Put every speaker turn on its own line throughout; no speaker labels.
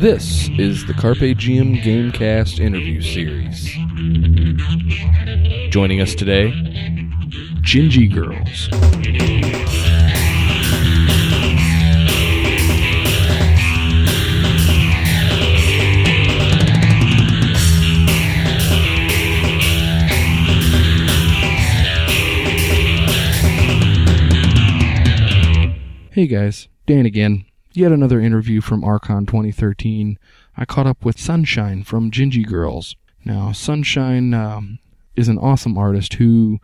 This is the Carpe Diem Gamecast interview series. Joining us today, Gingy Girls. Hey guys, Dan again. Yet another interview from Archon 2013. I caught up with Sunshine from Gingy Girls. Now, Sunshine um, is an awesome artist who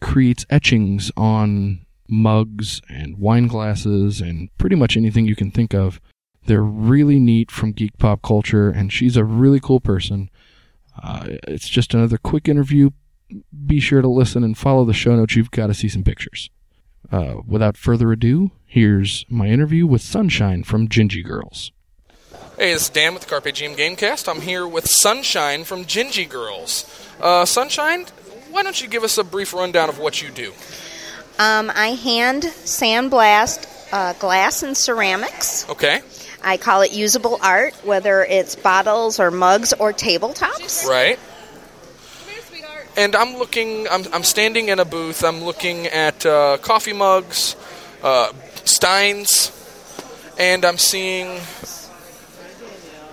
creates etchings on mugs and wine glasses and pretty much anything you can think of. They're really neat from geek pop culture, and she's a really cool person. Uh, it's just another quick interview. Be sure to listen and follow the show notes. You've got to see some pictures. Uh, without further ado, here's my interview with Sunshine from Gingy Girls. Hey, it's Dan with the Carpe Diem Gamecast. I'm here with Sunshine from Gingy Girls. Uh, Sunshine, why don't you give us a brief rundown of what you do?
Um, I hand sandblast uh, glass and ceramics.
Okay,
I call it usable art, whether it's bottles or mugs or tabletops.
right. And I'm looking. I'm, I'm standing in a booth. I'm looking at uh, coffee mugs, uh, steins, and I'm seeing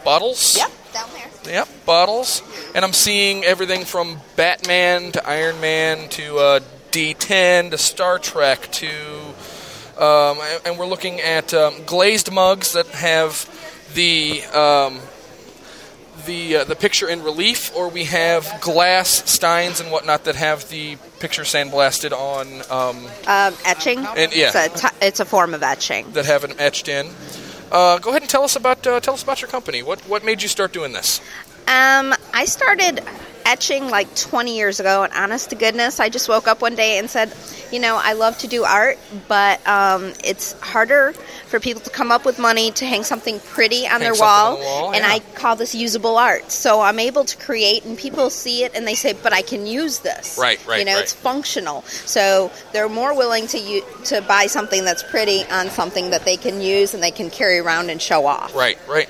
bottles.
Yep, down there.
Yep, bottles. And I'm seeing everything from Batman to Iron Man to uh, D10 to Star Trek to. Um, a- and we're looking at um, glazed mugs that have the. Um, the, uh, the picture in relief, or we have glass steins and whatnot that have the picture sandblasted on um,
Um, etching.
And- yeah.
It's a, t- it's a form of etching.
that have it etched in. Uh, go ahead and tell us about uh, tell us about your company. What what made you start doing this?
Um, I started etching like 20 years ago, and honest to goodness, I just woke up one day and said, you know, I love to do art, but um, it's harder for people to come up with money to hang something pretty on their
something
wall,
on the wall,
and
yeah.
I call this usable art. So I'm able to create, and people see it and they say, but I can use this.
Right, right,
You know,
right.
it's functional, so they're more willing to u- to buy something that's pretty on something that they can use and they can carry around and show off.
Right, right.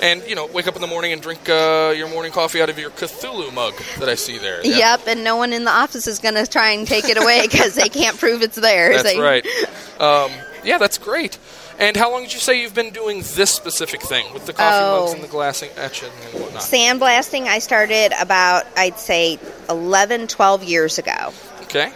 And you know, wake up in the morning and drink uh, your morning coffee out of your Cthulhu mug that I see there. Yeah.
Yep, and no one in the office is going to try and take it away because they can't prove it's theirs.
that's
They-
right. Um, yeah, that's great. And how long did you say you've been doing this specific thing with the coffee
Oh.
mugs and the glass and etching and whatnot?
Sandblasting, I started about, I'd say, 11, 12 years ago.
Okay.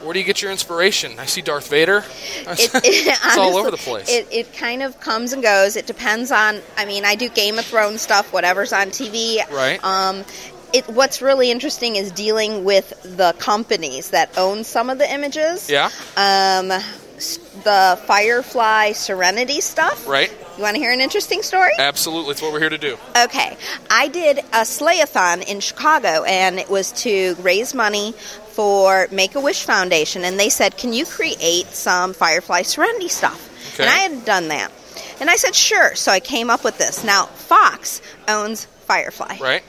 Where do you get your inspiration? I see Darth Vader.
It, it-
all
honestly,
over the place.
It, it kind of comes and goes. It depends on, I mean, I do Game of Thrones stuff, whatever's on TV.
Right.
Um, it, what's really interesting is dealing with the companies that own some of the images.
yeah.
Um, s- the Firefly Serenity stuff.
Right.
You want to hear an interesting story?
Absolutely. It's what we're here to do.
Okay, I did a slayathon in Chicago, and it was to raise money for Make a Wish Foundation, and they said, "Can you create some Firefly Serenity stuff?"
Okay.
And I had done that, and I said, "Sure." So I came up with this. Now Fox owns Firefly,
Right.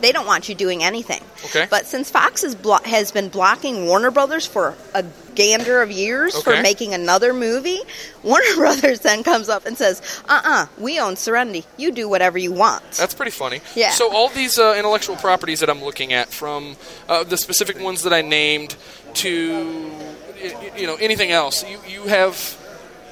They don't want you doing anything.
Okay.
But since Fox is blo- has been blocking Warner Brothers for a gander of years
Okay.
for making another movie, Warner Brothers then comes up and says, "Uh-uh, we own Serenity. You do whatever you want."
That's pretty funny.
Yeah.
So all these uh, intellectual properties that I'm looking at, from uh, the specific ones that I named to y- y- you know anything else, you, you have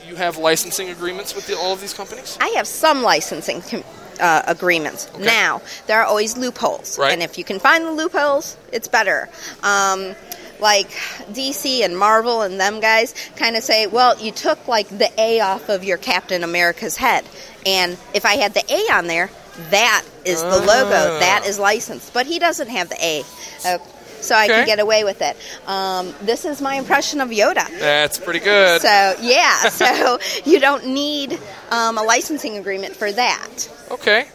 you have licensing agreements with the, all of these companies.
I have some licensing com- uh, agreements. Now, there are always loopholes.
Right.
And if you can find the loopholes, it's better. Um, like DC and Marvel and them guys kind of say, well, you took like the A off of your Captain America's head. And if I had the A on there, that is the
Ah.
logo. That is licensed. But he doesn't have the A. Uh, so I
Okay.
can get away with it. Um, this is my impression of Yoda.
That's pretty good.
So yeah, so you don't need um, a licensing agreement for that.
Okay.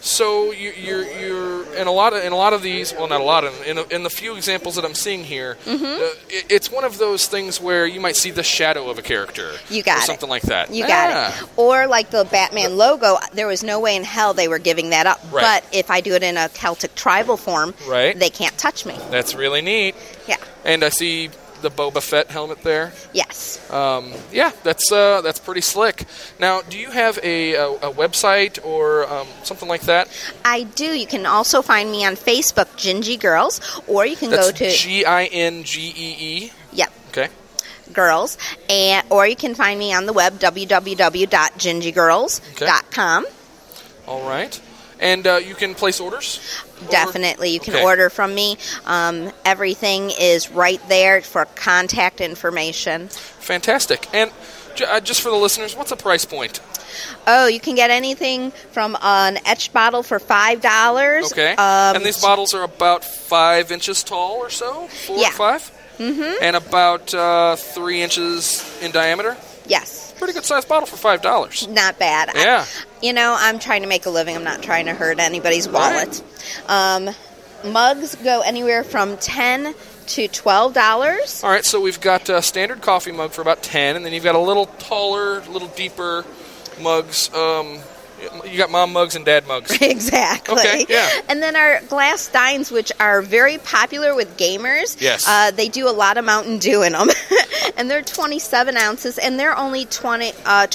So you, you're you're in a lot of in a lot of these well not a lot of in a, in the few examples that I'm seeing here
Mm-hmm.
uh, it, it's one of those things where you might see the shadow of a character
You got
or
it.
something like that
You got
Ah.
it. Or like the Batman logo, there was no way in hell they were giving that up.
Right.
But if I do it in a Celtic tribal form,
Right.
they can't touch me.
that's really neat
Yeah.
And I see
the Boba Fett helmet there.
Yes.
Um, yeah, that's uh, that's pretty slick. Now, do you have a, a, a website or um, something like that?
I do. You can also find me on Facebook, Gingy Girls, or you can
That's
go to
G I N G E E.
Yep,
Okay.
Girls, and or you can find me on the web www.gingygirls.com.
All right. And uh, you can place orders. Or-
Definitely, you can
Okay.
order from me. Um, everything is right there for contact information.
Fantastic. And j- uh, just for the listeners, what's the price point?
Oh, you can get anything from an etched bottle for five dollars.
Okay.
um,
and these bottles are about five inches tall or so, four
Yeah.
or 5 Mm-hmm. And about uh, three inches in diameter.
yes,
Pretty good sized bottle for five dollars.
not bad. I-
Yeah.
you know, I'm trying to make a living. I'm not trying to hurt anybody's wallet. Um, mugs go anywhere from ten to twelve dollars.
All right, so we've got a standard coffee mug for about 10, and then you've got a little taller, little deeper mugs. Um, you got mom mugs and dad mugs.
Exactly.
Okay, yeah.
And then our glass steins, which are very popular with gamers.
Yes.
Uh, they do a lot of Mountain Dew in them. and they're 27 ounces, and they're only 20, uh, $20.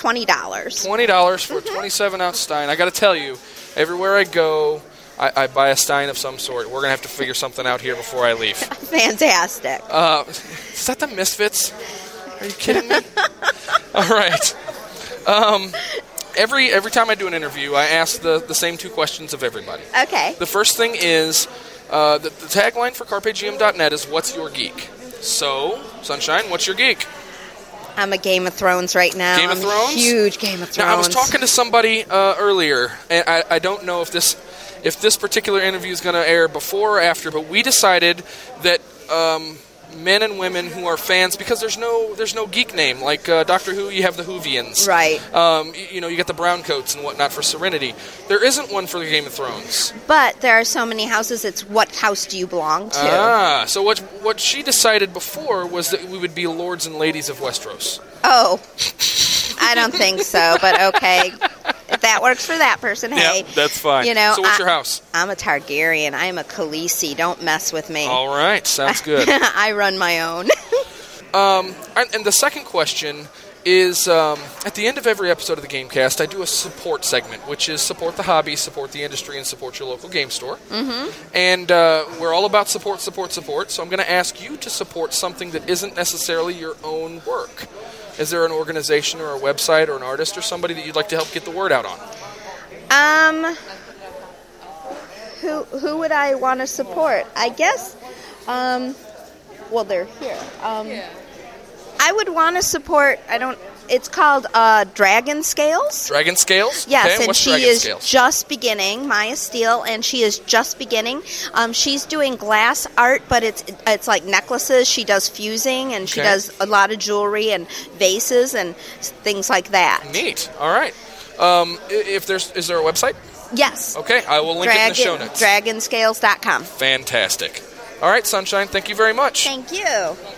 Twenty dollars for a twenty-seven ounce stein. I got to tell you, everywhere I go, I, I buy a stein of some sort. We're gonna have to figure something out here before I leave.
Fantastic.
Uh, is that the Misfits? Are you kidding me? All right. Um, every every time I do an interview, I ask the, the same two questions of everybody.
Okay.
The first thing is uh, the, the tagline for CarpeGM.net is "What's your geek?" So, Sunshine, what's your geek?
I'm a Game of Thrones right now.
Game of
I'm
Thrones?
A huge Game of Thrones.
Now, I was talking to somebody uh, earlier, and I, I don't know if this if this particular interview is going to air before or after, but we decided that um, men and women who are fans, because there's no there's no geek name like uh, Doctor Who, you have the Whovians,
Right.
Um, y- you, know, you get the browncoats and whatnot for Serenity. There isn't one for the Game of Thrones.
But there are so many houses, it's what house do you belong to?
Ah, so what what she decided before was that we would be lords and ladies of Westeros.
Oh. I don't think so, but okay. If that works for that person, hey. You know,
So what's
I-
your house?
I'm a Targaryen. I'm a Khaleesi. Don't mess with me.
All right, sounds good.
I run my own.
And, and the second question is um, at the end of every episode of the Gamecast, I do a support segment, which is support the hobby, support the industry, and support your local game store. Mm-hmm. And uh, we're all about support, support, support. So I'm going to ask you to support something that isn't necessarily your own work. Is there an organization or a website or an artist or somebody that you'd like to help get the word out on?
um, who who would I want to support? I guess. Um, well, they're here. Um, I would want to support. I don't. It's called uh, Dragon Scales.
Dragon Scales?
Yes,
Okay,
and
what's
she
Dragon
is
Scales?
just beginning, Maya Steele, and she is just beginning. Um, she's doing glass art, but it's it's like necklaces. She does fusing, and she
Okay.
does a lot of jewelry and vases and s- things like that.
Neat. All right. Um, i- if there's, is there a website?
Yes.
Okay, I will link it in the show
Dragon,
notes.
dragonscales.com.
Fantastic. All right, Sunshine, thank you very much.
Thank you.